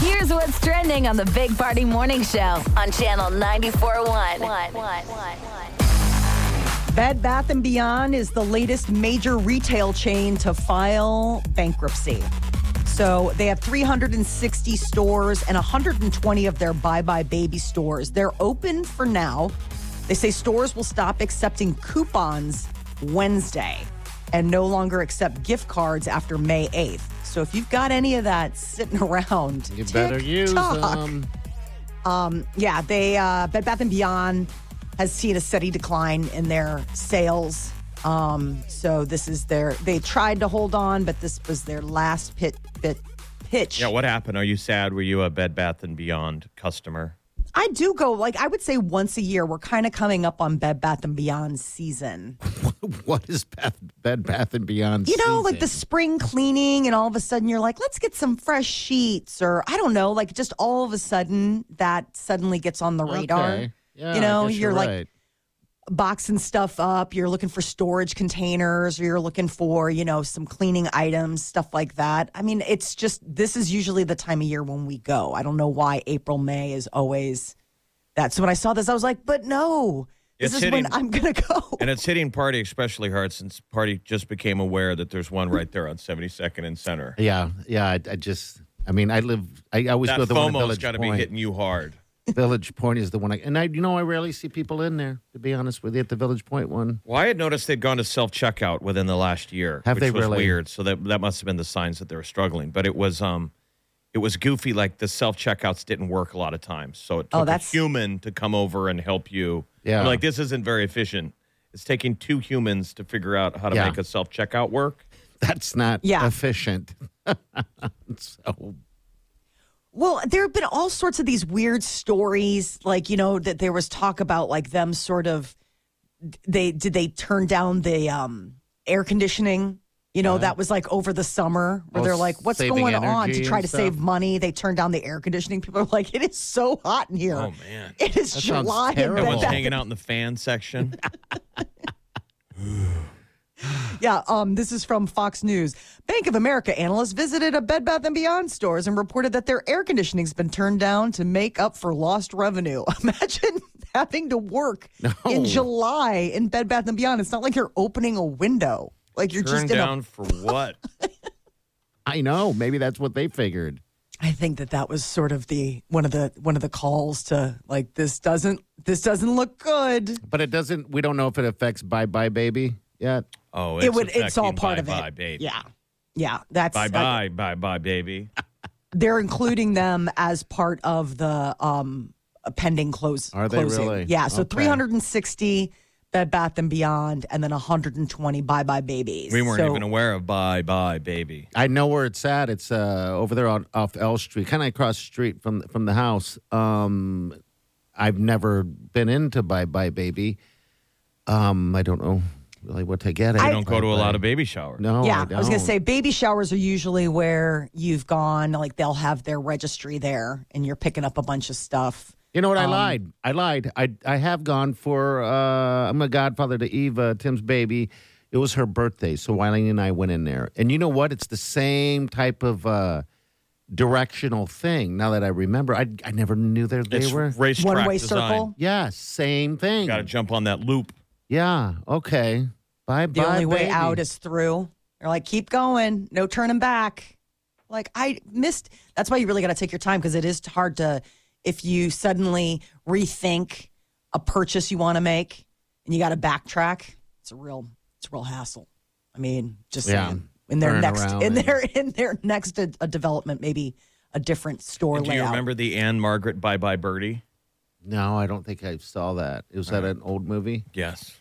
Here's what's trending on the Big Party Morning Show on Channel 94.1. Bed Bath & Beyond is the latest major retail chain to file bankruptcy. So they have 360 stores and 120 of their Bye Bye Baby stores. They're open for now. They say stores will stop accepting coupons Wednesday and no longer accept gift cards after May 8th. So if you've got any of that sitting around, You better use TikTok. them. Yeah, they uh, Bed Bath and Beyond has seen a steady decline in their sales. Um, so this is their they tried to hold on, but this was their last pit pit pitch. Yeah, what happened? Are you sad? Were you a Bed Bath and Beyond customer? I do go like I would say once a year. We're kind of coming up on Bed Bath and Beyond season. What is Bath, Bed Bath and Beyond? You know, like the season? spring cleaning, and all of a sudden you're like, let's get some fresh sheets, or I don't know, like just all of a sudden that suddenly gets on the radar. Okay. Yeah, you I know, guess you're like right. boxing stuff up, you're looking for storage containers, or you're looking for, you know, some cleaning items, stuff like that. I mean, it's just this is usually the time of year when we go. I don't know why April, May is always that. So when I saw this, I was like, but no, this It's is hitting- when I'm gonna go. And it's hitting Party especially hard since Party just became aware that there's one right there on 72nd and Center. yeah, yeah. I, I just, I mean, I live. I I always That go to the one at FOMO's Village got to be Point. hitting you hard. Village Point is the one, I, and I, you know, I rarely see people in there. To be honest with you, at the Village Point one. Well, I had noticed they'd gone to self checkout within the last year, Have which they was really? weird. So that that must have been the signs that they were struggling. But it was um, it was goofy. Like the self checkouts didn't work a lot of times, so it Oh, took a that's- human to come over and help you. Yeah. I'm like this isn't very efficient. It's taking two humans to figure out how to Yeah. make a self checkout work. That's not Yeah. efficient. so Well, there have been all sorts of these weird stories, like you know that there was talk about like them sort of they did they turn down the um air conditioning. You know, that was like over the summer where Oh, they're like, what's saving going on energy to try and to stuff. save money? They turned down the air conditioning. People are like, it is so hot in here. Oh man, It is That sounds July. in terrible. Bed everyone's Bath- hanging out in the fan section. Yeah, um, this is from Fox News. Bank of America analysts visited a Bed Bath and Beyond stores and reported that their air conditioning's been turned down to make up for lost revenue. Imagine having to work in July in Bed Bath and Beyond. It's not like you're opening a window. Like you're Turned just in down a for what? I know. Maybe that's what they figured. I think that that was sort of the one of the one of the calls to like this doesn't this doesn't look good. But it doesn't. We don't know if it affects Bye Bye Baby yet. Oh, it would it's all affecting part of it. bye-bye, baby. Yeah. Yeah, that's Bye bye, bye bye, baby. they're including them as part of the um pending close Are they closing. really? yeah so Okay. 360 bed bath and beyond and then 120 bye bye babies We weren't So- even aware of bye bye, baby. I know where it's at. It's uh, over there on, off L Street, kind of across the street from from the house. Um, I've never been into Bye Bye Baby. Um, I don't know really what to get. I don't go to a lot of baby showers. No, yeah, I, I, was gonna don't. say baby showers are usually where you've gone. Like they'll have their registry there, and you're picking up a bunch of stuff. You know what? I um, lied. I lied. I I have gone for. Uh, I'm a godfather to Eva, Tim's baby. It was her birthday, so Wiley and I went in there. And you know what? It's the same type of uh, directional thing. Now that I remember, I I never knew there they It's were. racetrack One way design. circle. yeah, same thing. Got to jump on that loop. Yeah. Okay. Bye. The only way out is through. They're like, keep going, no turning back. Like I missed. That's why you really got to take your time because it is hard to if you suddenly rethink a purchase you want to make and you got to backtrack. It's a real, it's a real hassle. I mean, just Yeah. saying. In their Turn next, around in and- their, in their next a, a development, maybe a different store And do layout. you remember the Anne Margaret Bye Bye Birdie? No, I don't think I saw that. Was that an old movie? Yes.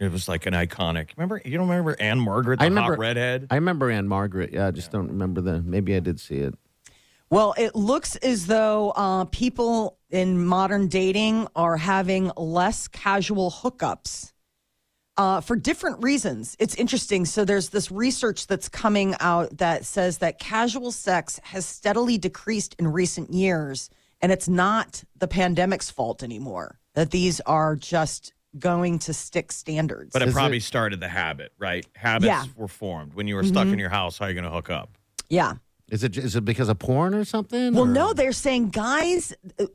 It was like an iconic. Remember? You don't remember Anne Margaret, the I remember- hot redhead? I remember Anne Margaret. Yeah, I just don't remember the. Maybe I did see it. Well, it looks as though uh, people in modern dating are having less casual hookups uh, for different reasons. It's interesting. So, there's this research that's coming out that says that casual sex has steadily decreased in recent years, and it's not the pandemic's fault anymore, that these are just going to stick standards. But it Is probably it- started the habit, right? Habits Yeah. Mm-hmm. were formed when you were stuck in your house. How are you going to hook up? yeah. Is it is it because of porn or something? Well, or- no, they're saying guys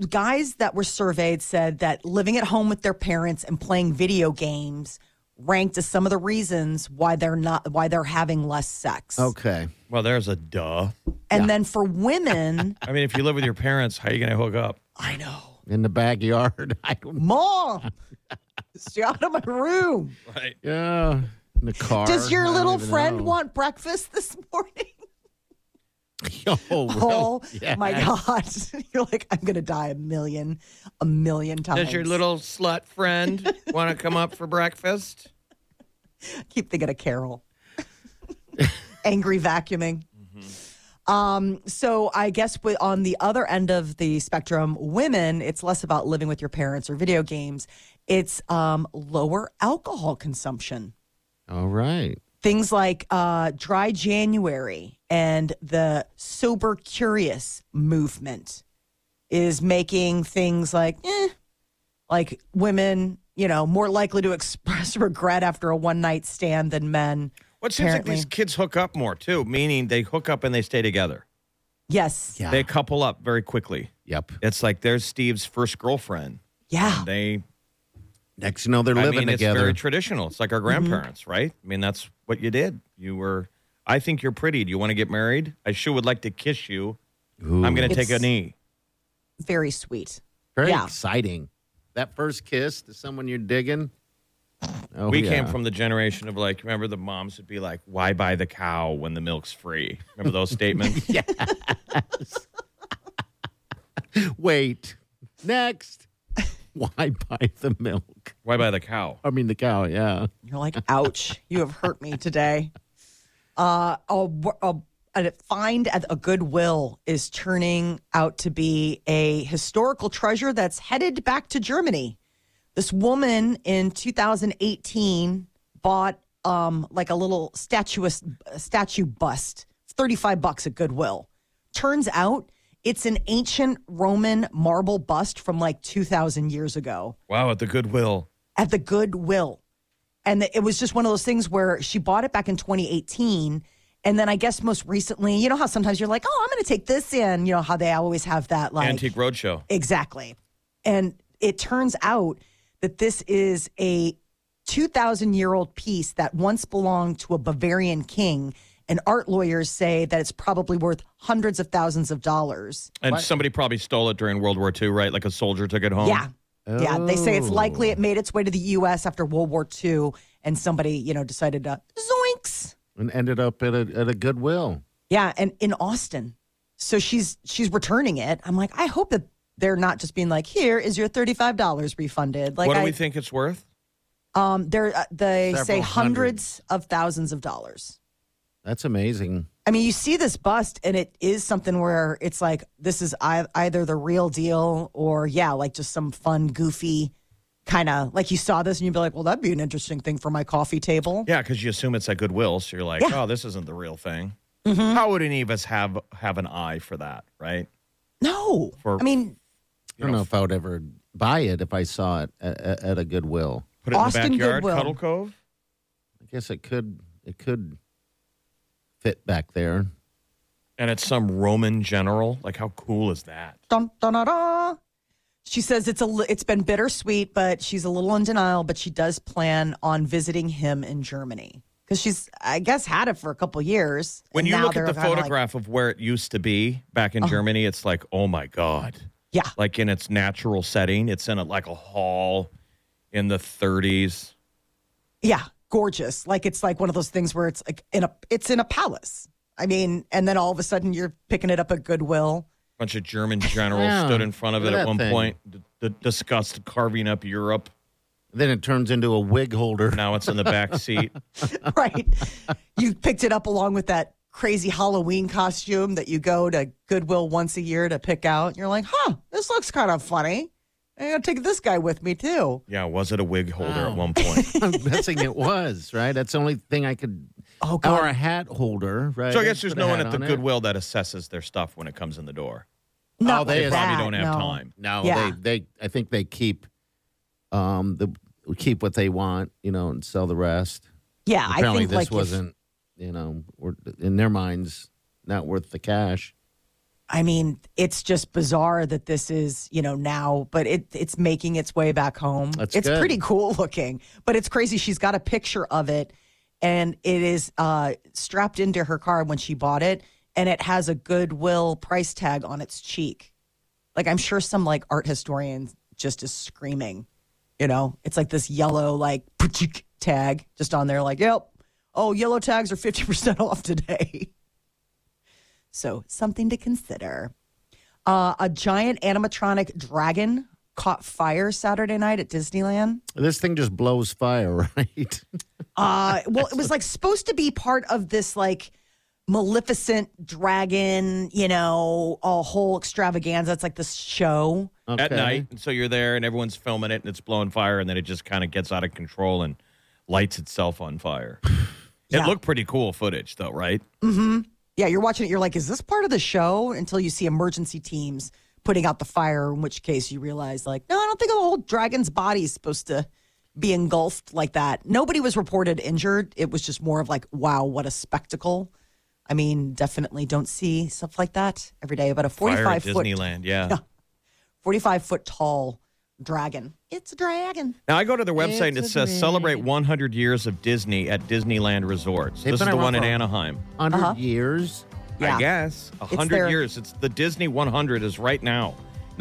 guys that were surveyed said that living at home with their parents and playing video games ranked as some of the reasons why they're not why they're having less sex. Okay. Well, there's a duh. And then for women, I mean, if you live with your parents, how are you going to hook up? I know. In the backyard. I don't. Mom, stay out of my room. Right. Yeah. In the car. Does I your don't little even friend know. want breakfast this morning? Oh, Oh really? Yeah. my god. You're like I'm going to die a million a million times. Does your little slut friend want to come up for breakfast? keep thinking of Carol. Angry vacuuming. Um, so I guess wi- on the other end of the spectrum, women, it's less about living with your parents or video games. It's um, lower alcohol consumption. All right. Things like uh, dry January and the sober curious movement is making things like, eh, like women, you know, more likely to express regret after a one night stand than men. What seems Apparently. like these kids hook up more too, meaning they hook up and they stay together. Yes. Yeah. They couple up very quickly. Yep. It's like there's Steve's first girlfriend. Ah. They, Next, you know, they're I living mean, it's together. very traditional. It's like our Mm-hmm. grandparents, right? I mean, that's what you did. You were, I think you're pretty. Do you want to get married? I sure would like to kiss you. I'm going to take a It's- knee. Very sweet. Very Yeah. exciting. That first kiss to someone you're digging. Oh, we yeah. came from the generation of like, remember the moms would be like, why buy the cow when the milk's free? Remember those statements? Wait. Next. Why buy the milk? Why buy the cow? I mean, the cow, yeah. You're like, ouch, you have hurt me today. Uh, a, a, a find at a Goodwill is turning out to be a historical treasure that's headed back to Germany. This woman in 2018 bought um, like a little statuist, statue bust, 35 bucks at Goodwill. Turns out it's an ancient Roman marble bust from like 2,000 years ago Wow, at the Goodwill. at the Goodwill. And it was just one of those things where she bought it back in 2018. And then I guess most recently, you know how sometimes you're like, oh, I'm going to take this in. You know how they always have that like. Antique Roadshow. Exactly. And it turns out that this is a 2,000 year old piece that once belonged to a Bavarian king. And art lawyers say that it's probably worth hundreds of thousands of dollars. And somebody probably stole it during World War II, right? Like a soldier took it home. Yeah. Yeah. They say it's likely Oh. it made its way to the U.S. after World War II and somebody, you know, decided to zoinks. And ended up at a, at a Goodwill. Yeah. And in Austin. So she's she's returning it. I'm like, I hope that they're not just being like, here is your $35 refunded. Like, what do I, we think it's worth? um, they're, uh, they say Several hundred. hundreds of thousands of dollars. That's amazing. I mean, you see this bust, and it is something where it's like this is ei- either the real deal or yeah, like just some fun, goofy kind of like you saw this and you'd be like, well, that'd be an interesting thing for my coffee table. Yeah, because you assume it's at Goodwill, so you're like, Yeah. Mm-hmm. oh, this isn't the real thing. How would any of us have have an eye for that, right? No, For- I mean, I don't know if I would ever buy it if I saw it at, at at a Goodwill. Put it Austin in the backyard, Goodwill. Cuddle Cove. I guess it could it could fit back there. And it's some Roman general. Like, how cool is that? dun, dun, dun, dun. she says it's a li- it's been bittersweet, but she's a little in denial, but she does plan on visiting him in Germany because she's I guess had it for a couple years. When and you now look they're at the kinda like- photograph of where it used to be back Uh-huh. in Germany, it's like, oh my God. yeah, Like in its natural setting, it's in a, like a hall in the 30s. Yeah, gorgeous. Like it's like one of those things where it's like in a it's in a palace. I mean, and then all of a sudden you're picking it up at Goodwill. bunch of German generals Yeah, stood in front of look it at at that one thing. point, d- d- discussed carving up Europe. Then it turns into a wig holder. Now it's in the back seat. Right. you picked it up along with that crazy Halloween costume that you go to Goodwill once a year to pick out. And you're like, huh, this looks kind of funny. I'm going to take this guy with me too. Yeah, was it a wig holder at one point? I'm guessing it was, right? That's the only thing I could. Oh, Or a hat holder, right? so I guess there's Put a no one hat at the on it. Goodwill that assesses their stuff when it comes in the door. Not they Oh, They like probably that, don't have no. time. No, Yeah. they they I think they keep um the keep what they want, you know, and sell the rest. Yeah, I Apparently think this like if- wasn't, you know, or in their minds not worth the cash. I mean, it's just bizarre that this is, you know, now, but it it's making its way back home. That's it's good. pretty cool looking, but it's crazy. She's got a picture of it, and it is uh, strapped into her car when she bought it, and it has a Goodwill price tag on its cheek. Like I'm sure some like art historian just is screaming, you know, it's like this yellow like tag just on there, like yep, oh yellow tags are fifty percent off today. So, something to consider. Uh, a giant animatronic dragon caught fire Saturday night at Disneyland. This thing just blows fire, right? Uh, well, it was like supposed to be part of this like Maleficent dragon, you know, a whole extravaganza. It's like this show. Okay. At night, and so you're there and everyone's filming it and it's blowing fire and then it just kind of gets out of control and lights itself on fire. Yeah. It looked pretty cool footage though, right? Yeah, you're watching it. You're like, is this part of the show? Until you see emergency teams putting out the fire, in which case you realize, like, no, I don't think the whole dragon's body is supposed to be engulfed like that. Nobody was reported injured. It was just more of like, wow, what a spectacle. I mean, definitely don't see stuff like that every day. About a Fire 45 at foot, Disneyland, yeah. 45 foot tall dragon. It's a dragon. Now I go to their website and it says celebrate 100 years of Disney at Disneyland Resorts. They've this is been the around one in for- Anaheim. 100 Uh-huh. years. Yeah. I guess. A 100 their- years. It's the Disney 100 is right now.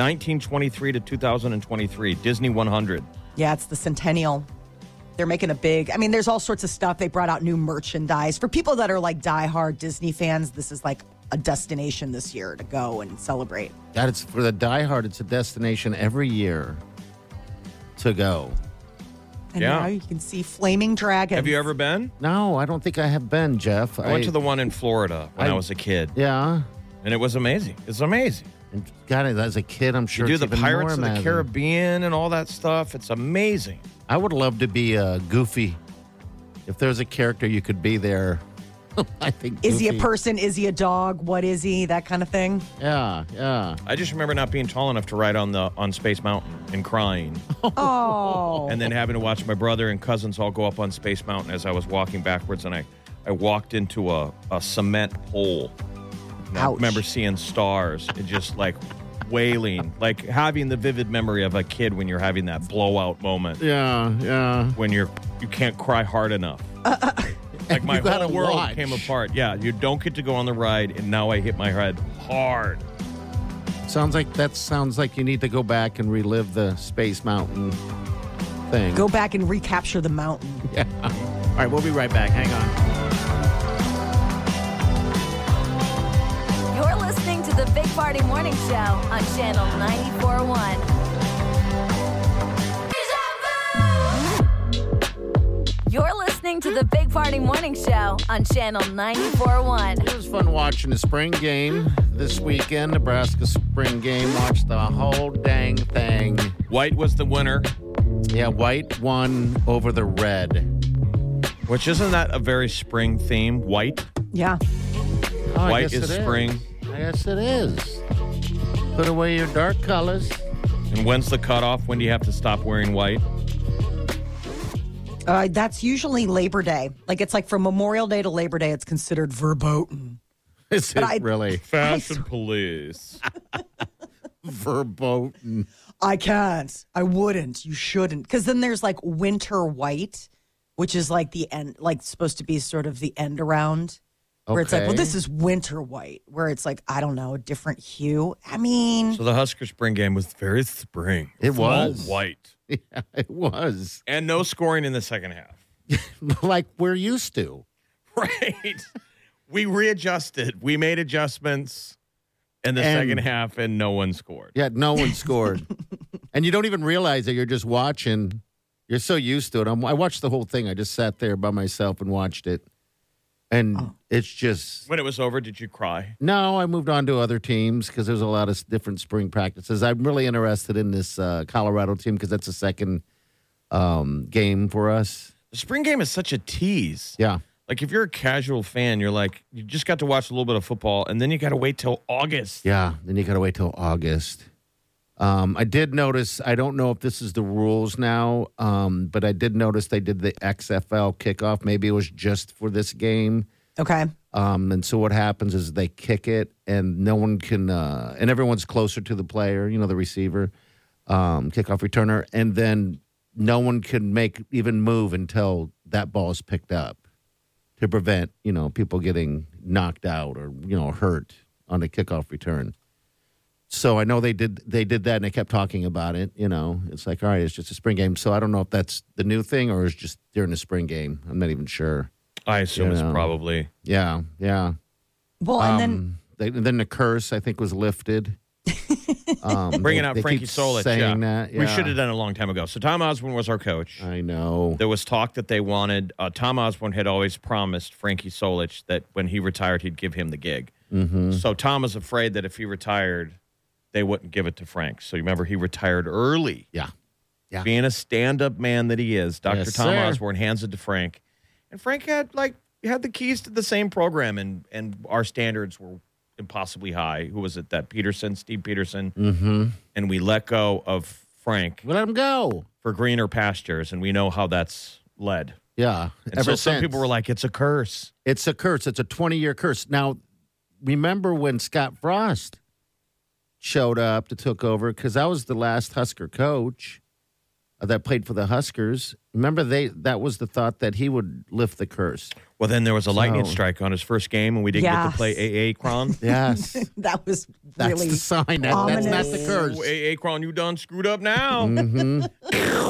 1923 to 2023, Disney 100. Yeah, it's the centennial. They're making a big. I mean, there's all sorts of stuff. They brought out new merchandise for people that are like diehard Disney fans. This is like a destination this year to go and celebrate. That it's for the diehard. It's a destination every year to go. And Yeah. now you can see flaming dragons. Have you ever been? No, I don't think I have been, Jeff. I went to the one in Florida when I, I- was a kid, yeah. and it was amazing. It's amazing. And got it as a kid. I'm sure you do it's the even Pirates more of the amazing. Caribbean and all that stuff. It's amazing. I would love to be uh, Goofy. If there's a character you could be there, I think. Is he a Goofy- person? Is he a dog? What is he? That kind of thing. Yeah, yeah. I just remember not being tall enough to ride on the on Space Mountain and crying, Oh, and then having to watch my brother and cousins all go up on Space Mountain as I was walking backwards, and I I walked into a, a cement hole. And I Ouch. remember seeing stars and just like wailing, like having the vivid memory of a kid when you're having that blowout moment. Yeah, yeah. when you're you can't cry hard enough. like my You gotta whole world watch. came apart. Yeah, you don't get to go on the ride, and now I hit my head hard. Sounds like that sounds like you need to go back and relive the Space Mountain thing. go back and recapture the mountain. All right, we'll be right back. Hang on. You're listening to the Big Party Morning Show on Channel 941. You're listening to the Big Party Morning Show on Channel 941. It was fun watching the spring game this weekend. Nebraska spring game. Watched the whole dang thing. White was the winner, Yeah, white won over the red. which isn't that a very spring theme? White, Yeah. Oh, I white guess is it spring. I guess it is. Put away your dark colors. And when's the cutoff? When do you have to stop wearing white? Uh, that's usually Labor Day. Like it's like from Memorial Day to Labor Day, it's considered verboten. This is I- really Fashion police. verboten. I can't. I wouldn't. You shouldn't. Because then there's like winter white, which is like the end, like supposed to be sort of the end around, where it's like, well, Okay. this is winter white, where it's like, I don't know, a different hue. I mean, So the Husker spring game was very spring. It It's all was. white, Yeah, it was and no scoring in the second half. like we're used to. Right. we readjusted. We made adjustments in the And- second half, and no one scored. Yeah, no one scored. and you don't even realize that you're just watching. You're so used to it. I'm, I watched the whole thing. I just sat there by myself and watched it. and it's just When it was over, did you cry? No, I moved on to other teams because there's a lot of s- different spring practices. I'm really interested in this uh, Colorado team because that's the second um, game for us. The spring game is such a tease. Yeah, Like if you're a casual fan, you're like, you just got to watch a little bit of football, and then you got to wait till August. yeah. Then you got to wait till August. Um, I did notice. I don't know if this is the rules now, um, but I did notice they did the XFL kickoff. Maybe it was just for this game. Okay. Um, and so what happens is they kick it, and no one can, uh, and everyone's closer to the player, you know, the receiver, um, kickoff returner, and then no one can make even move until that ball is picked up to prevent, you know, people getting knocked out or you know hurt on the kickoff return. So I know they did they did that, and they kept talking about it. You know, it's like all right, it's just a spring game. So I don't know if that's the new thing or it's just during the spring game. I'm not even sure. I assume it's Yeah. probably Yeah, yeah. Well, and then Um, they, and then the curse I think was lifted. um, bringing they- out they Frankie keep Solich. saying yeah. that, We yeah. should have done it a long time ago. So Tom Osborne was our coach. I know. There was talk that they wanted. Uh, Tom Osborne had always promised Frankie Solich that when he retired, he'd give him the gig. Hmm. Mm-hmm. So Tom was afraid that if he retired, they wouldn't give it to Frank. So you remember he retired early. Yeah, Yeah. Being a stand-up man that he is, Dr. Yes, Tom sir. Osborne hands it to Frank, and Frank had like had the keys to the same program, and and our standards were impossibly high. Who was it? That Peterson, Steve Peterson, Mm-hmm. and we let go of Frank Let him go. for greener pastures, and we know how that's led. Yeah. And so some people were like, "It's a curse." "It's a curse. It's a twenty-year curse." Now, remember when Scott Frost showed up to took over because I was the last Husker coach uh, that played for the Huskers. Remember they that was the thought that he would lift the curse. Well, then there was a lightning So- strike on his first game, and we didn't get Yes. to play AA Cron. Yes, that was that's really the sign. That, that's not the ominous. curse. Mm, AA Oh, Cron, you done screwed up now. Mm-hmm.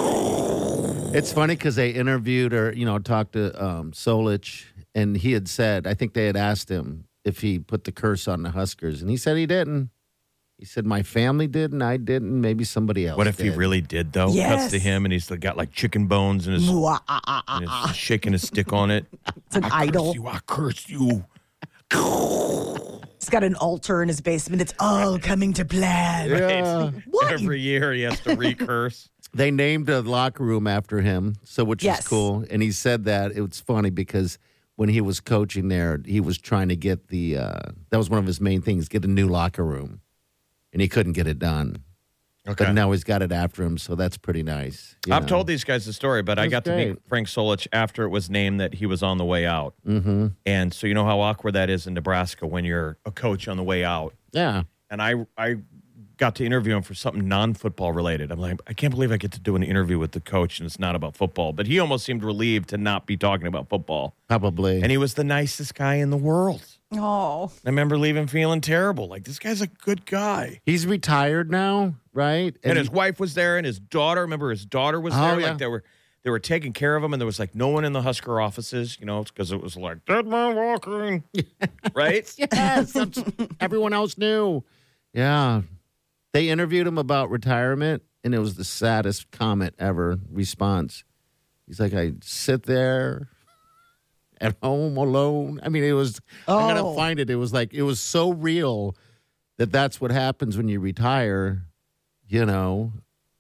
It's funny because they interviewed or you know talked to um, Solich, and he had said I think they had asked him if he put the curse on the Huskers, and he said he didn't. He said my family didn't, I didn't, maybe somebody else. What if he did." really did though? Cuts to Yes. him, and he's got like chicken bones in his, and Mwah, ah, ah, ah, he's shaking his stick on it. it's an idol. You, I curse you. He's got an altar in his basement. It's all coming to plan. Yeah. What? Every year he has to recurse. They named a locker room after him, so which Yes. is cool. And he said that it was funny because when he was coaching there, he was trying to get the uh, that was one of his main things, get a new locker room, and he couldn't get it done. But now he's got it after him, so that's pretty nice. you I've know? told these guys the story, but I That's got to meet great. Frank Solich after it was named that he was on the way out. Mm-hmm. And so you know how awkward that is in Nebraska when you're a coach on the way out. yeah. And I I got to interview him for something non-football related. I'm like, I can't believe I get to do an interview with the coach and it's not about football. But he almost seemed relieved to not be talking about football. Probably. And he was the nicest guy in the world. Oh, I remember leaving feeling terrible. Like this guy's a good guy. He's retired now, right? And, his wife was there, and his daughter. Remember, his daughter was Oh, there. yeah. Like they were, they were taking care of him, and there was like no one in the Husker offices. You know, because it was like dead man walking, right? yes, that's- everyone else knew. Yeah, they interviewed him about retirement, and it was the saddest comment ever response. He's like, I sit there at home alone. I mean, it was. I'm Oh. gonna find it. It was like it was so real that that's what happens when you retire. You know,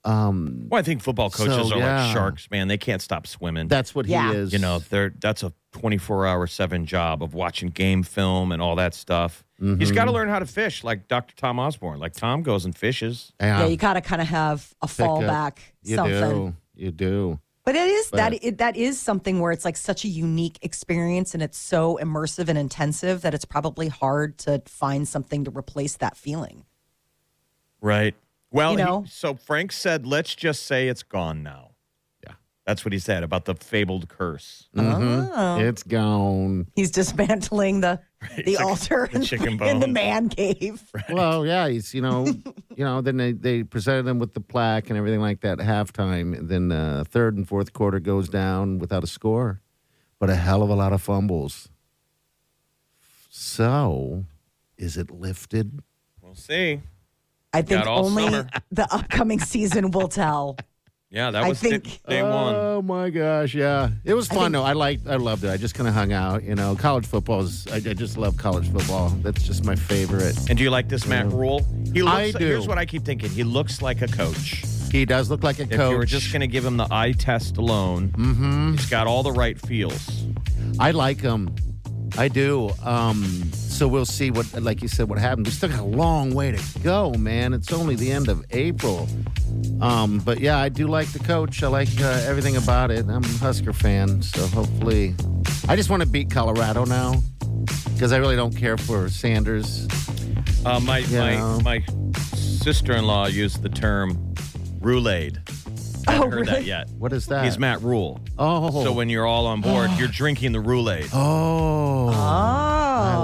um, Well, I think football coaches So, are yeah. like sharks, man. They can't stop swimming. that's what Yeah. he is. you know, they're that's a 24 hour seven job of watching game film and all that stuff. He's Mm-hmm. got to learn how to fish, like Dr. Tom Osborne. Like Tom goes and fishes. yeah. You gotta kind of have a Pick up. fallback, you something. do. You do. But it is that But- it, that is something where it's like such a unique experience, and it's so immersive and intensive that it's probably hard to find something to replace that feeling. Right. Well, You he- know? so Frank said, let's just say it's gone now. Yeah. That's what he said about the fabled curse. Oh. It's gone. He's dismantling the the It's like altar the in, chicken in the bone. man cave. Well, yeah, he's you know, you know. Then they, they presented him with the plaque and everything like that at halftime. And then uh, third and fourth quarter goes down without a score, but a hell of a lot of fumbles. So, is it lifted? We'll see. I think all only summer. the upcoming season will tell. Yeah, that I was think- day, day one. Oh my gosh, yeah, it was fun though. I liked, I loved it. I just kind of hung out, you know. College football is, I, I just love college football. That's just my favorite. And do you like this Matt Rule? He looks, I do. Here's what I keep thinking. He looks like a coach. He does look like a If coach. you were just going to give him the eye test alone, mm-hmm. he's got all the right feels. I like him. I do. Um, so we'll see what, like you said, what happened. We still got a long way to go, man. It's only the end of April. Um, but yeah, I do like the coach. I like uh, everything about it. I'm a Husker fan, so hopefully, I just want to beat Colorado now because I really don't care for Sanders. Uh, my Yeah. my my sister-in-law used the term roulade. I haven't Oh, heard that really? yet. What is that? He's Matt Rule. Oh. So when you're all on board, you're drinking the roulade. oh, I Oh,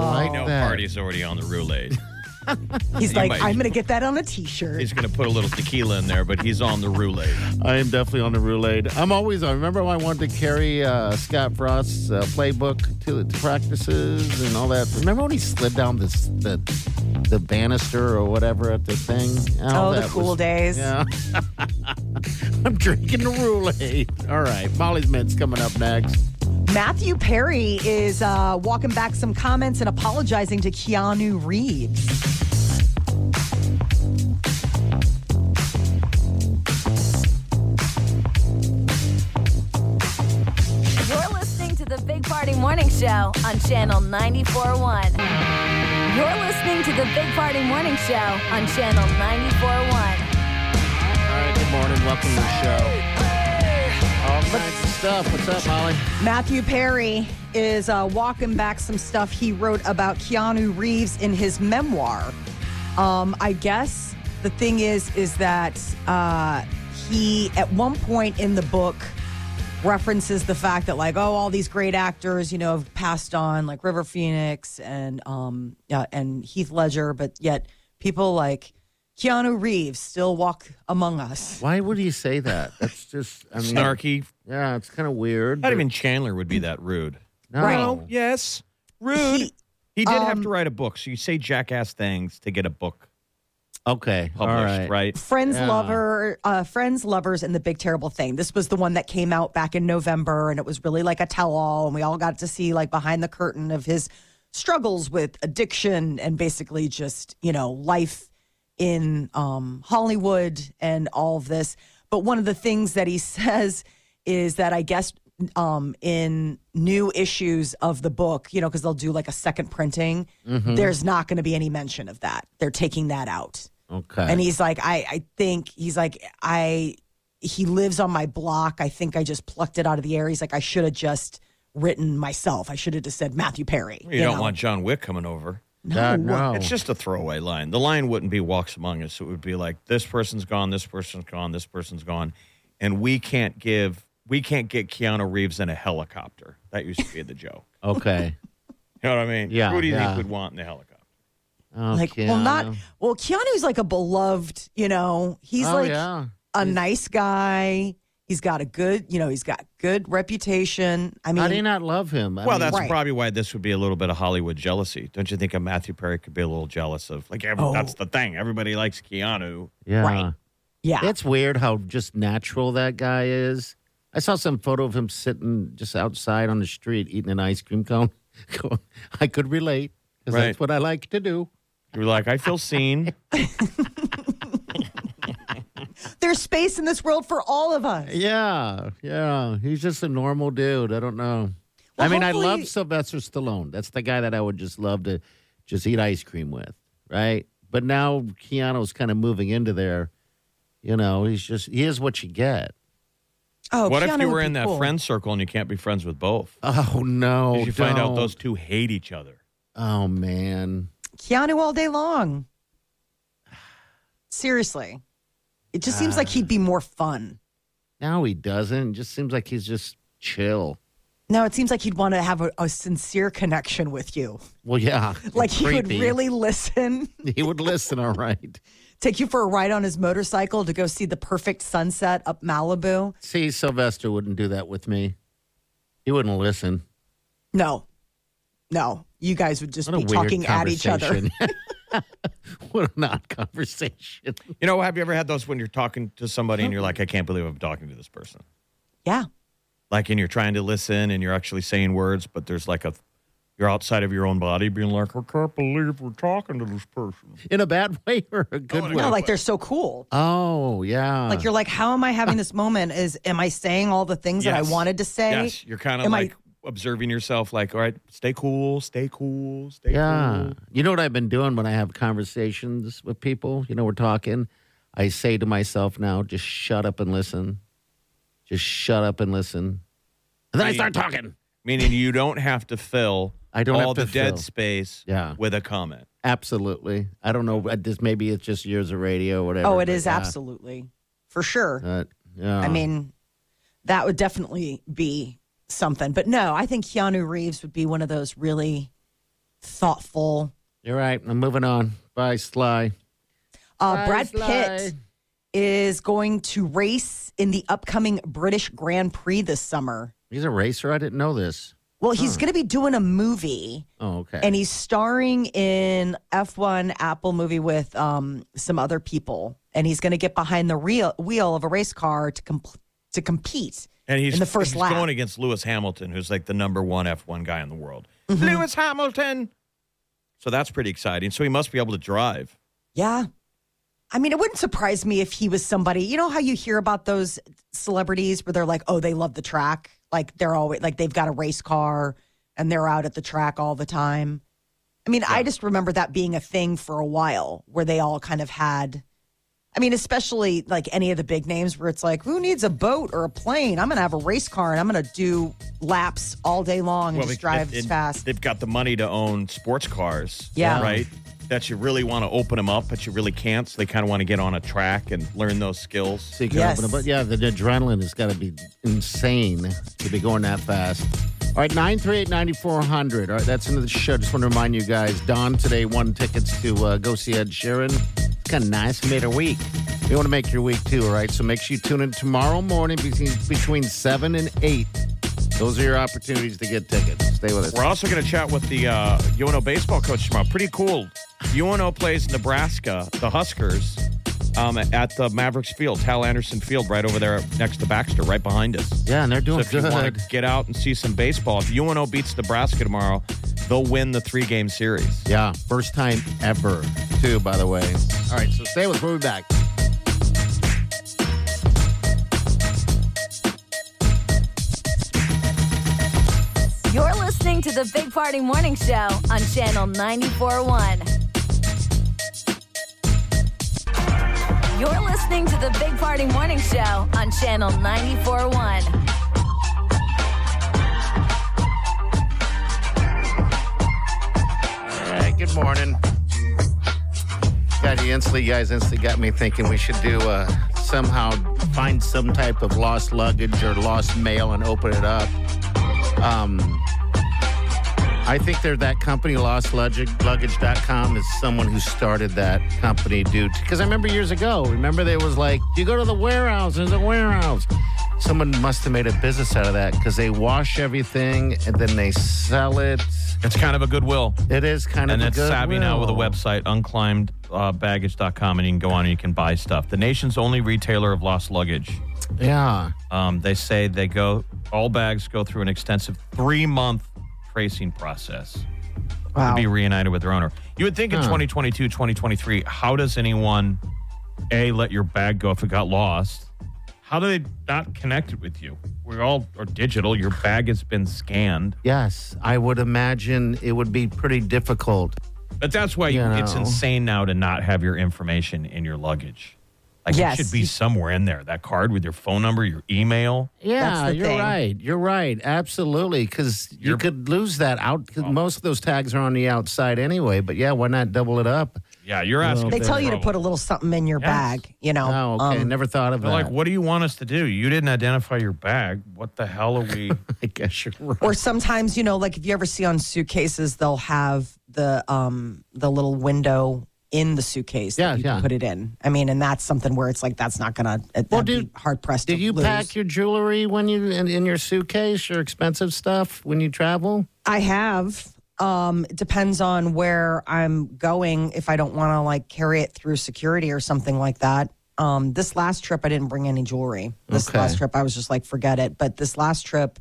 I like know that. Party's already on the roulade. he's like, might- I'm going to get that on a T-shirt. he's going to put a little tequila in there, but he's on the roulade. I am definitely on the roulade. I'm always on. Remember, when I wanted to carry uh, Scott Frost's uh, playbook to, to practices and all that. Remember when he slid down this the the banister or whatever at the thing? Oh, the that cool days. Yeah. I'm drinking the roulade. All right, Molly's Mint's coming up next. Matthew Perry is uh, walking back some comments and apologizing to Keanu Reeves. You're listening to the Big Party Morning Show on Channel 941. You're listening to the Big Party Morning Show on Channel 941. All right, good morning. Welcome to the show. All kinds of stuff. What's up, Molly? Matthew Perry is uh, walking back some stuff he wrote about Keanu Reeves in his memoir. Um, I guess the thing is, is that uh, he at one point in the book references the fact that like, oh, all these great actors, you know, have passed on, like River Phoenix and um yeah, and Heath Ledger, but yet people like Keanu Reeves still walk among us. Why would he say that? That's just, I mean, Snarky. yeah, it's kind of weird. Not but- even Chandler would be that rude. No. Right. Yes. Rude. He- He, did have to write a book, so you say jackass things to get a book Okay. All published, right. right? Friends, Yeah. lover, uh, friends, lovers, and the big terrible thing. This was the one that came out back in November, and it was really like a tell-all, and we all got to see like behind the curtain of his struggles with addiction and basically just you know life in um, Hollywood and all of this. But one of the things that he says is that I guess um, in new issues of the book, you know, because they'll do like a second printing, there's not going to be any mention of that. They're taking that out. Okay. And he's like, I, I think he's like, I, he lives on my block. I think I just plucked it out of the air. He's like, I should have just written myself. I should have just said Matthew Perry. You, don't know? want John Wick coming over. That- no. It's just a throwaway line. The line wouldn't be walks among us. It would be like this person's gone, this person's gone, this person's gone, and we can't give we can't get Keanu Reeves in a helicopter. That used to be the joke. Okay. You know what I mean? Yeah, Who do you yeah. think would want in a helicopter? like, well, not well. Keanu's like a beloved. You know, he's Oh, like yeah. a nice guy. He's got a good, you know, he's got good reputation. I mean, How do you not love him? I well, mean, that's Right. probably why this would be a little bit of Hollywood jealousy. Don't you think a Matthew Perry could be a little jealous of like every, Oh. that's the thing. Everybody likes Keanu. yeah. right. yeah, It's weird how just natural that guy is. I saw some photo of him sitting just outside on the street eating an ice cream cone. Going, I could relate because Right. that's what I like to do. You're like, I Oh, feel seen. there's space in this world for all of us. Yeah, yeah. He's just a normal dude. I don't know. I Well, mean, I hopefully- love Sylvester Stallone. That's the guy that I would just love to just eat ice cream with, right? But now Keanu's kind of moving into there. You know, he's just he is what you get. Oh, what if Keanu you would were be in that cool. friend circle and you can't be friends with both? Oh no! Did you find out don't. those two hate each other? Oh man! Keanu all day long. Seriously. It just seems like he'd be more fun. Now he doesn't. It just seems like he's just chill. No, it seems like he'd want to have a, a sincere connection with you. Well, yeah. Like he would creepy. really listen, He would listen. All right. take you for a ride on his motorcycle to go see the perfect sunset up Malibu. See, Sylvester wouldn't do that with me. He wouldn't listen. No, no, you guys would just What a be weird talking at each other. conversation. What an odd conversation. You know, have you ever had those when you're talking to somebody and you're like, I can't believe I'm talking to this person? Yeah. Like, and you're trying to listen and you're actually saying words, but there's like a, you're outside of your own body being like, I can't believe we're talking to this person. In a bad way or a good way? No, like they're so cool. oh, yeah. Like you're like, how am I having this moment? Is am I saying all the things that I Yes. wanted to say? Yes. You're kind of Am I- like observing yourself, like, all right, stay cool, stay cool, stay Yeah. cool. You know what I've been doing when I have conversations with people? You know, we're talking. I say to myself now, just shut up and listen. Just shut up and listen. And then I start talking. Meaning you don't have to fill I don't all have to the dead fill. space Yeah. with a comment. Absolutely. I don't know. I just, maybe it's just years of radio or whatever. Oh, it but is yeah. absolutely for sure. Uh, yeah. Um, I mean, that would definitely be something. But no, I think Keanu Reeves would be one of those really thoughtful. you're right. I'm moving on. Bye, Sly. Uh, Brad Sly. Pitt is going to race in the upcoming British Grand Prix this summer. He's a racer. I didn't know this. Well, he's Hmm. going to be doing a movie. Oh, okay. and he's starring in F1 Apple movie with um, some other people, and he's going to get behind the real wheel of a race car to com- to compete. And he's in the first he's lap. going against Lewis Hamilton, who's like the number one F1 guy in the world. Mm-hmm. Lewis Hamilton. So that's pretty exciting. So he must be able to drive. yeah, I mean, it wouldn't surprise me if he was somebody. You know how you hear about those celebrities where they're like, oh, they love the track, like they're always like they've got a race car and they're out at the track all the time. I mean, I just remember that being a thing for a while where they all kind of had. I mean, especially like any of the big names where it's like, who needs a boat or a plane? I'm going to have a race car and I'm going to do laps all day long and just drive and- as and fast. They've got the money to own sports cars. Yeah. Right? That you really want to open them up, but you really can't. So they kind of want to get on a track and learn those skills. So you can Yes. open it. But yeah, the adrenaline has got to be insane to be going that fast. All right, 938 9400. All right, that's another show. Just want to remind you guys Don today won tickets to uh, go see Ed Sheeran. It's kind of nice. Made her week. We want to make your week too, all right? So make sure you tune in tomorrow morning between, between 7 and 8. Those are your opportunities to get tickets. Stay with us. We're also going to chat with the uh, UNO baseball coach tomorrow. Pretty cool. UNO plays Nebraska, the Huskers, um, at the Mavericks Field, Hal Anderson Field, right over there next to Baxter, right behind us. Yeah, and they're So doing if good. you want to get out and see some baseball, if UNO beats Nebraska tomorrow, they'll win the three game series. yeah, first time ever, too, by the way. All right, so stay with us. We'll be back. You're listening to the Big Party Morning Show on Channel 94.1. You're listening to the Big Party Morning Show on Channel 94.1. All right, good morning. God, you instantly, you guys instantly got me thinking we should do uh, somehow find some type of lost luggage or lost mail and open it up. Um, I think they're that company, Lost Luggage, Luggage.com, is someone who started that company due to, because I remember years ago, remember they was like, you go to the warehouse, there's a warehouse. Someone must have made a business out of that because they wash everything and then they sell it. It's kind of a goodwill. It is kind And of it's a savvy now with a goodwill. website, uh, unclimbedbaggage.com, and you can go on and you can buy stuff. The nation's only retailer of lost luggage. Yeah. Um, they say they go, all bags go through an extensive three month tracing process. Wow. to be reunited with their owner. You would think in 2022, 2023, how does anyone a let your bag go if it got lost? How do they not connect it with you? We all are digital. Your bag has been scanned, Yes, I would imagine it would be pretty difficult. but that's why you, You it's know. insane now to not have your information in your luggage. Like Yes. it should be somewhere in there. That card with your phone number, your email. Yeah, the you're thing. right. You're right. Absolutely, because you You're- could lose that out. 'cause most of those tags are on the outside anyway. But yeah, why not double it up? Yeah, you're asking. They for tell you to trouble. put a little something in your bag, you know. Oh, okay. Um, Never thought of They're that. like, what do you want us to do? You didn't identify your bag. What the hell are we? I guess you're right. or sometimes, you know, like if you ever see on suitcases, they'll have the um the little window in the suitcase Yeah, that you yeah. can put it in. I mean, and that's something where it's like that's not gonna it, Well, that'd be did- hard pressed. Did to you lose. pack your jewelry when you in, in your suitcase, your expensive stuff when you travel? I have. Um, it depends on where I'm going. If I don't want to like carry it through security or something like that. Um, this last trip, I didn't bring any jewelry. This Okay. last trip, I was just like, forget it. But this last trip,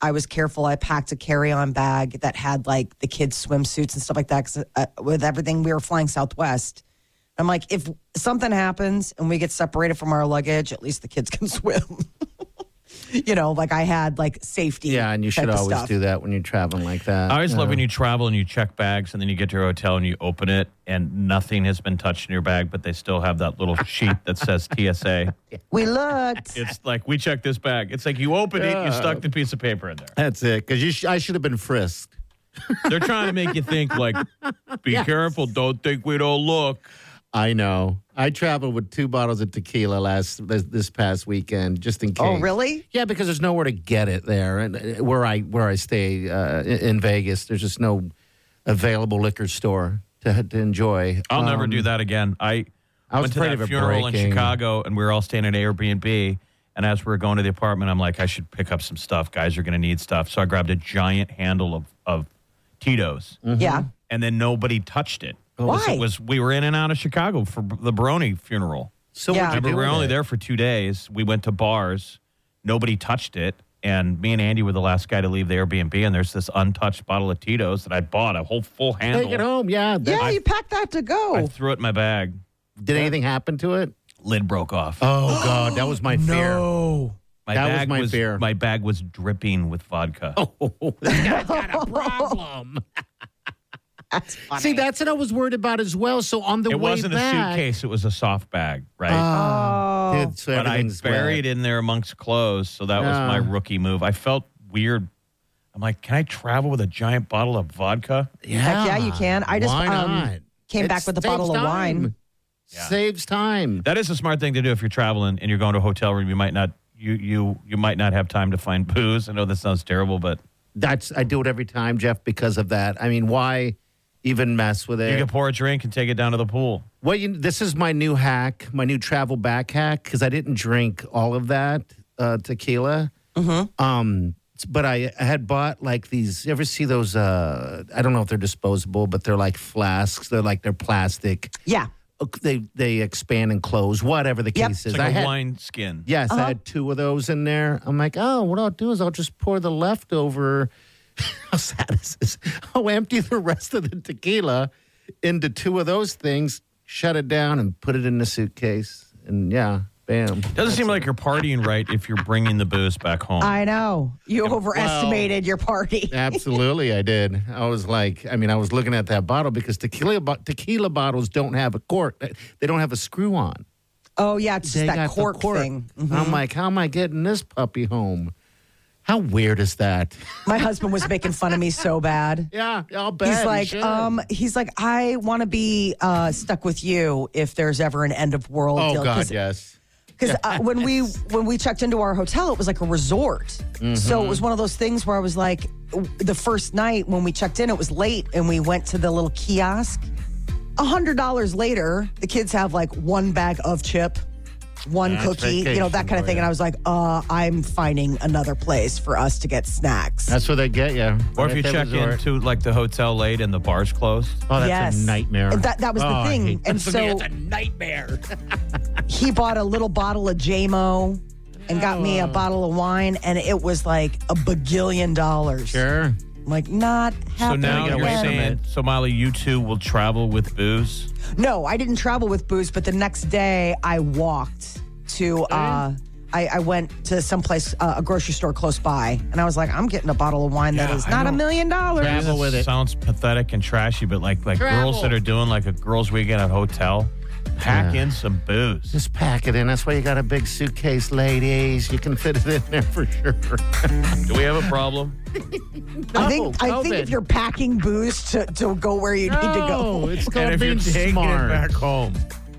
I was careful. I packed a carry-on bag that had like the kids' swimsuits and stuff like that. 'cause, uh, with everything, we were flying Southwest. I'm like, if something happens and we get separated from our luggage, at least the kids can swim. you know, like I had like safety. Yeah, and you type should of always stuff. do that when you're traveling like that. I always Yeah. love when you travel and you check bags and then you get to your hotel and you open it and nothing has been touched in your bag, but they still have that little sheet that says TSA. We looked. Mm-hmm. It's like, we checked this bag. It's like you opened it, you stuck the piece of paper in there. That's it, because you sh- I should have been frisked. They're trying to make you think, like, be careful. Don't think we don't look. I know. I traveled with two bottles of tequila last this, this past weekend, just in case. Oh, really? Yeah, because there's nowhere to get it there, and uh, where I where I stay uh, in- in Vegas, there's just no available liquor store to to enjoy. I'll never Um, do that again. I, I was went to afraid that of it funeral in breaking. Chicago, and we were all staying at Airbnb. And as we were going to the apartment, I'm like, I should pick up some stuff. Guys are going to need stuff. So I grabbed a giant handle of, of Tito's, Mm. Yeah. and then nobody touched it. Oh, Why? It was we were in and out of Chicago for the Baroni funeral. So Yeah. what'd you Remember, do we were with only it? there for two days. We went to bars. Nobody touched it. And me and Andy were the last guy to leave the Airbnb. And there's this untouched bottle of Tito's that I bought a whole full handle. Take it home. Yeah. Yeah, I- you packed that to go. I threw it in my bag. Did anything happen to it? Lid broke off. Oh God, that was my fear. No. my that was bag my fear. My bag was dripping with vodka. Oh, that got a problem. That's funny. See, that's what I was worried about as well. So on the it way wasn't a back, suitcase. It was a soft bag, right? Oh, dude, so but I everything's buried wet. in there amongst clothes. So that was Ah. my rookie move. I felt weird. I'm like, can I travel with a giant bottle of vodka? Heck yeah, you can. I just, Why um, not? came back with a saves bottle of wine. Yeah. Saves time. That is a smart thing to do if you're traveling and you're going to a hotel room. You might not you you you might not have time to find booze. I know that sounds terrible, but That's I do it every time, Jeff, because of that. I mean, why even mess with it? you can pour a drink and take it down to the pool. Well, you, this is my new hack, my new travel back hack, because I didn't drink all of that uh, tequila. Mm-hmm. Um, but I, I had bought like these. You ever see those? Uh, I don't know if they're disposable, but they're like flasks. They're like they're plastic. Yeah. They they expand and close, whatever the Yep. case is. It's like a I had, wine skin. Yes, Uh-huh. I had two of those in there. I'm like, oh, what I'll do is I'll just pour the leftover. How sad is this? I'll empty the rest of the tequila into two of those things, shut it down, and put it in the suitcase. And yeah, bam. Doesn't seem like you're partying right if you're bringing the booze back home. I know. You overestimated your party. Absolutely, I did. I was like, I mean, I was looking at that bottle because tequila bo- tequila bottles don't have a cork. They don't have a screw on. Oh, yeah. It's just They got that the cork, thing. Mm-hmm. I'm like, how am I getting this puppy home? How weird is that? My husband was making fun of me so bad. Yeah, I'll bet. He's you like, should. um, he's like, I want to be uh, stuck with you if there's ever an end of world. Oh deal. God, 'Cause yes. because uh, when we when we checked into our hotel, it was like a resort. So it was one of those things where I was like, w- the first night when we checked in, it was late, and we went to the little kiosk. A hundred dollars later, the kids have like one bag of chip, one That's cookie, you know that vacation kind of for thing. ya. And I was like, uh, I'm finding another place for us to get snacks. That's what they get you. or if you check into like the hotel late and the bar's closed. oh, that's Yes. a nightmare. And that- that was the Oh, I thing. hate- And for me, so- it's a nightmare. he bought a little bottle of JMO and got me a bottle of wine, and it was like a bagillion dollars. Sure. I'm like not So happening. now get you're away from saying, it. so Molly, you two will travel with booze. No, I didn't travel with booze, but the next day I walked to. Uh, I, I went to someplace, uh, a grocery store close by, and I was like, I'm getting a bottle of wine that Yeah, is I not a know. million dollars. Travel with it. Sounds pathetic and trashy, but like like girls Travel. that are doing like a girls' weekend at a hotel, pack in some booze. Just pack it in. That's why you got a big suitcase, ladies. You can fit it in there for sure. Do we have a problem? I think I think Oh, COVID. if you're packing booze to, to go where you need to No, go. it's called being smart. home,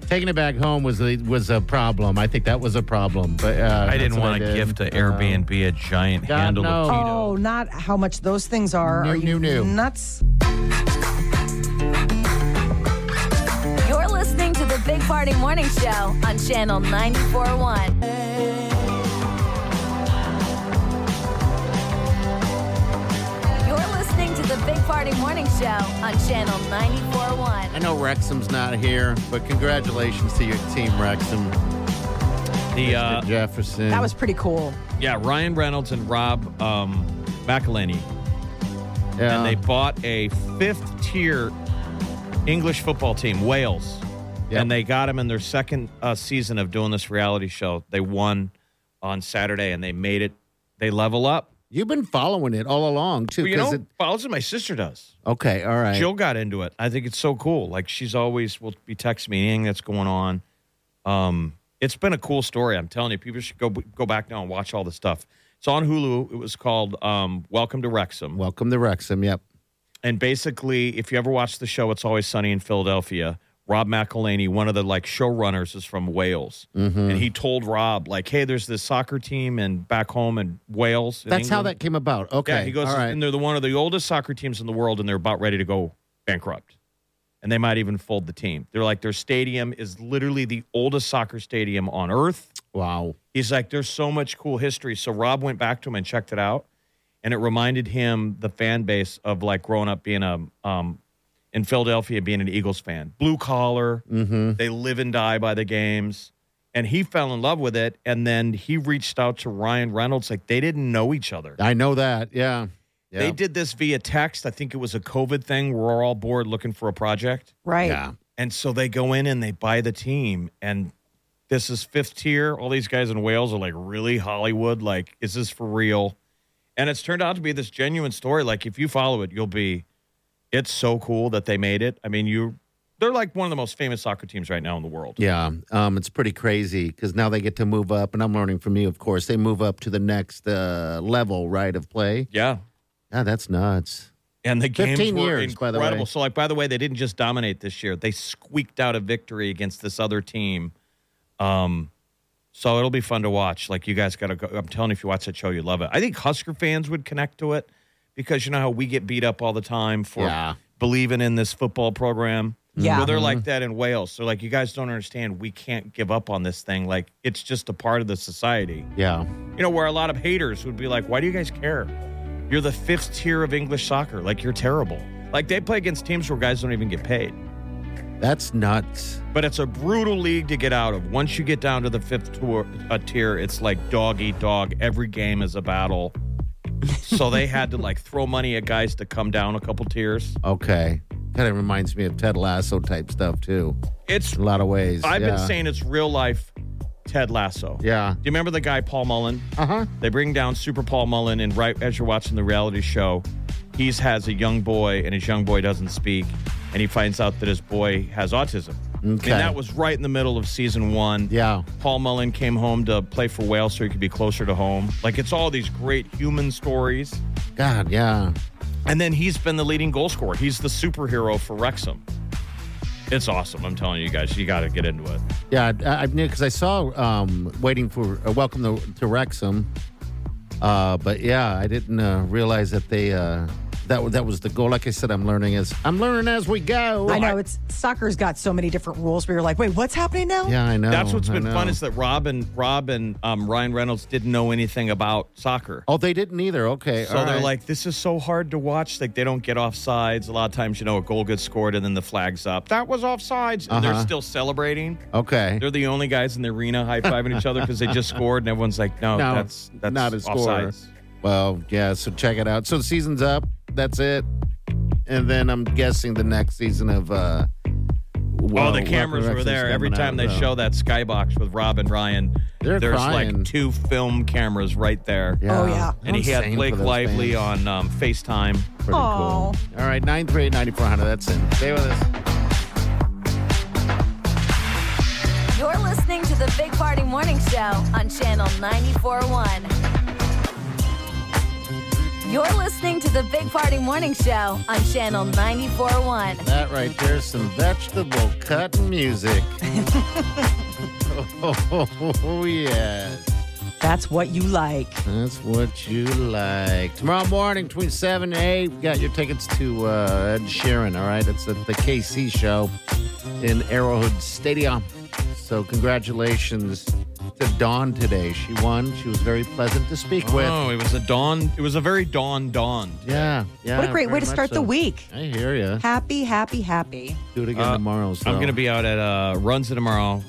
Taking it back home was a, was a problem. I think that was a problem. But uh, I that's didn't what want to did. give to Um, Airbnb a giant God, handle no. of Oh, Tito. not how much those things are. New, are you new, new. nuts? You're listening to the Big Party Morning Show on Channel 941. You're listening to the the Big Party Morning Show on Channel 941. I know Rexham's not here, but congratulations to your team, Rexham. The uh, Jefferson. That was pretty cool. yeah, Ryan Reynolds and Rob um, McElhenney, yeah. and Oh. they bought a fifth tier English football team, Wales, Yep. and they got him in their second uh, season of doing this reality show. They won on Saturday, and they made it. They level up. You've been following it all along too, But you because know, it. follows it. My sister does. Okay, all right. Jill got into it. I think it's so cool. Like she's always will be texting me anything that's going on. Um, it's been a cool story. I'm telling you, people should go go back now and watch all the stuff. It's on Hulu. It was called um, Welcome to Wrexham. Welcome to Wrexham. Yep. And basically, if you ever watch the show, it's always sunny in Philadelphia. Rob McElhaney, one of the like showrunners, is from Wales, Mm-hmm. and he told Rob like, "Hey, there's this soccer team and back home in Wales." in That's how England. that came about. Okay. Yeah, he goes, All right. and they're the one of the oldest soccer teams in the world, and they're about ready to go bankrupt, and they might even fold the team. They're like, their stadium is literally the oldest soccer stadium on earth. wow. He's like, there's so much cool history. So Rob went back to him and checked it out, and it reminded him the fan base of like growing up being a um, in Philadelphia being an Eagles fan, blue collar. They live and die by the games. And he fell in love with it. And then he reached out to Ryan Reynolds. Like they didn't know each other. I know that. Yeah. Yeah. They did this via text. I think it was a COVID thing. We're all bored looking for a project. Right. Yeah. And so they go in and they buy the team. And this is fifth tier. All these guys in Wales are like, really, Hollywood? Like, is this for real? And it's turned out to be this genuine story. Like, if you follow it, you'll be, it's so cool that they made it. I mean, you, they're like one of the most famous soccer teams right now in the world. Yeah. Um, it's pretty crazy because now they get to move up, and I'm learning from you, of course. They move up to the next uh, level, right, of play. Yeah. Yeah, that's nuts. And the games 15 were years, by the incredible. way. So, like, by the way, they didn't just dominate this year; they squeaked out a victory against this other team. Um, so it'll be fun to watch. Like, you guys got to go. I'm telling you, if you watch that show, you love it. I think Husker fans would connect to it because you know how we get beat up all the time for Yeah. Mm-hmm. believing in this football program. Yeah. well, they're like that in Wales. So, like, you guys don't understand. We can't give up on this thing. Like, it's just a part of the society Yeah. you know, where a lot of haters would be like, why do you guys care? You're the fifth tier of English soccer. Like, you're terrible. Like, they play against teams where guys don't even get paid. That's nuts. But it's a brutal league to get out of. Once you get down to the fifth tour, uh, tier, it's like dog eat dog. Every game is a battle. so they had to like throw money at guys to come down a couple tiers. Okay. Kind of reminds me of Ted Lasso type stuff, too, It's, in a lot of ways. I've been Yeah. saying it's real life Ted Lasso. Yeah. Do you remember the guy Paul Mullen? Uh huh. They bring down Super Paul Mullen, and right as you're watching the reality show, he's has a young boy, and his young boy doesn't speak, and he finds out that his boy has autism. Okay. And that was right in the middle of season one. Yeah. Paul Mullen came home to play for Wales so he could be closer to home. Like it's all these great human stories. God, yeah. And then he's been the leading goal scorer. He's the superhero for Wrexham. It's awesome. I'm telling you guys, you got to get into it. Yeah, I, I knew because I saw um, waiting for uh, welcome to, to Wrexham, uh, but yeah, I didn't uh, realize that they uh, that that was the goal. Like I said, I'm learning as I'm learning as we go. I know it's soccer's got so many different rules where you're like, wait, what's happening now? Yeah, I know. That's what's Oh, I been know. fun is that Rob and Rob and um, Ryan Reynolds didn't know anything about soccer. oh, they didn't either. Okay, So all they're right. like, this is so hard to watch. Like they don't get offsides. A lot of times, you know, a goal gets scored and then the flag's up. That was offsides. And they're Uh-huh. still celebrating. okay, They're the only guys in the arena high fiving each other because they just scored, and everyone's like, no, no, that's that's not a score. offsides. Well, yeah. So check it out. So the season's up. That's it. And then I'm guessing the next season of. Uh, oh, the cameras were there every time they show that skybox with Rob and Ryan. They're there's crying. like two film cameras right there. Oh, yeah. And he had Blake Lively on. on um, FaceTime. Pretty cool. All right, 938 9400. That's it. Stay with us. You're listening to the Big Party Morning Show on Channel 941. You're listening to the Big Party Morning Show on Channel 941. That right there is some vegetable cut music. oh, yes. That's what you like. That's what you like. Tomorrow morning between 7 and 8, we got your tickets to uh, Ed Sheeran, all right? It's at the KC show in Arrowhead Stadium. So, congratulations to Dawn today. She won. She was very pleasant to speak with. Oh, it was a dawn. It was a very dawn dawn. Yeah, yeah. What a great very way to much start the so. week. I hear you. Happy, happy, happy. Do it again Uh, tomorrow. So. I'm going to be out at uh, Runs It Tomorrow.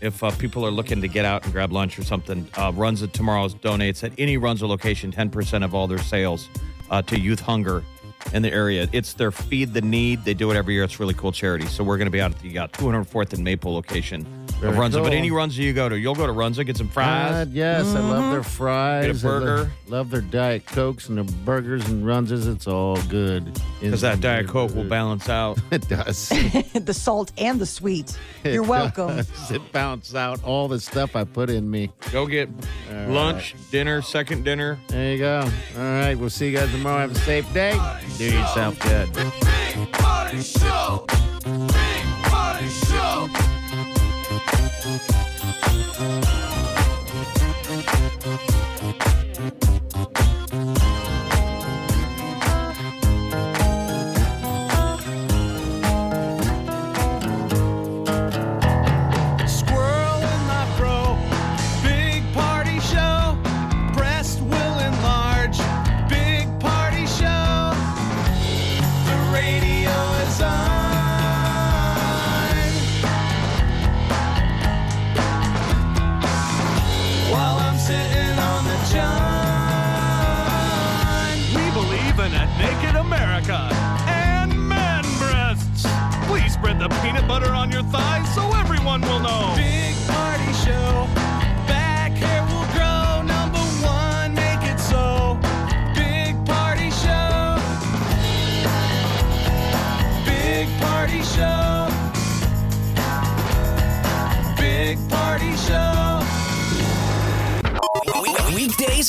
If uh, people are looking to get out and grab lunch or something, uh, Runs It Tomorrow donates at any Runs It location 10% of all their sales uh, to youth hunger in the area. It's their Feed the Need. They do it every year. It's a really cool charity. So we're going to be out at the uh, 204th and Maple location Very of Runs It. But cool. any Runs It you go to, you'll go to Runs It, get some fries. Mm-hmm. God, yes, I love their fries. Get a I lo- burger. Love, their Diet Cokes and their burgers and runses. It's all good. Because that Diet Coke will balance out. It does. the salt and the sweet. You're welcome. it bounces out all the stuff I put in me. Go get lunch, dinner, second dinner. There you go. All right, we'll see you guys tomorrow. Have a safe day. Do yourself good. Big party show. Big party show. Squirrel in my fro. Big party show. Breast will enlarge. Big party show. The radio is on. While I'm sitting on the john. We believe in a naked America and man breasts. Please spread the peanut butter on your thighs so everyone will know. Big party show. Back hair will grow. Number one, make it so. Big party show. Big party show. Big party show. Weekdays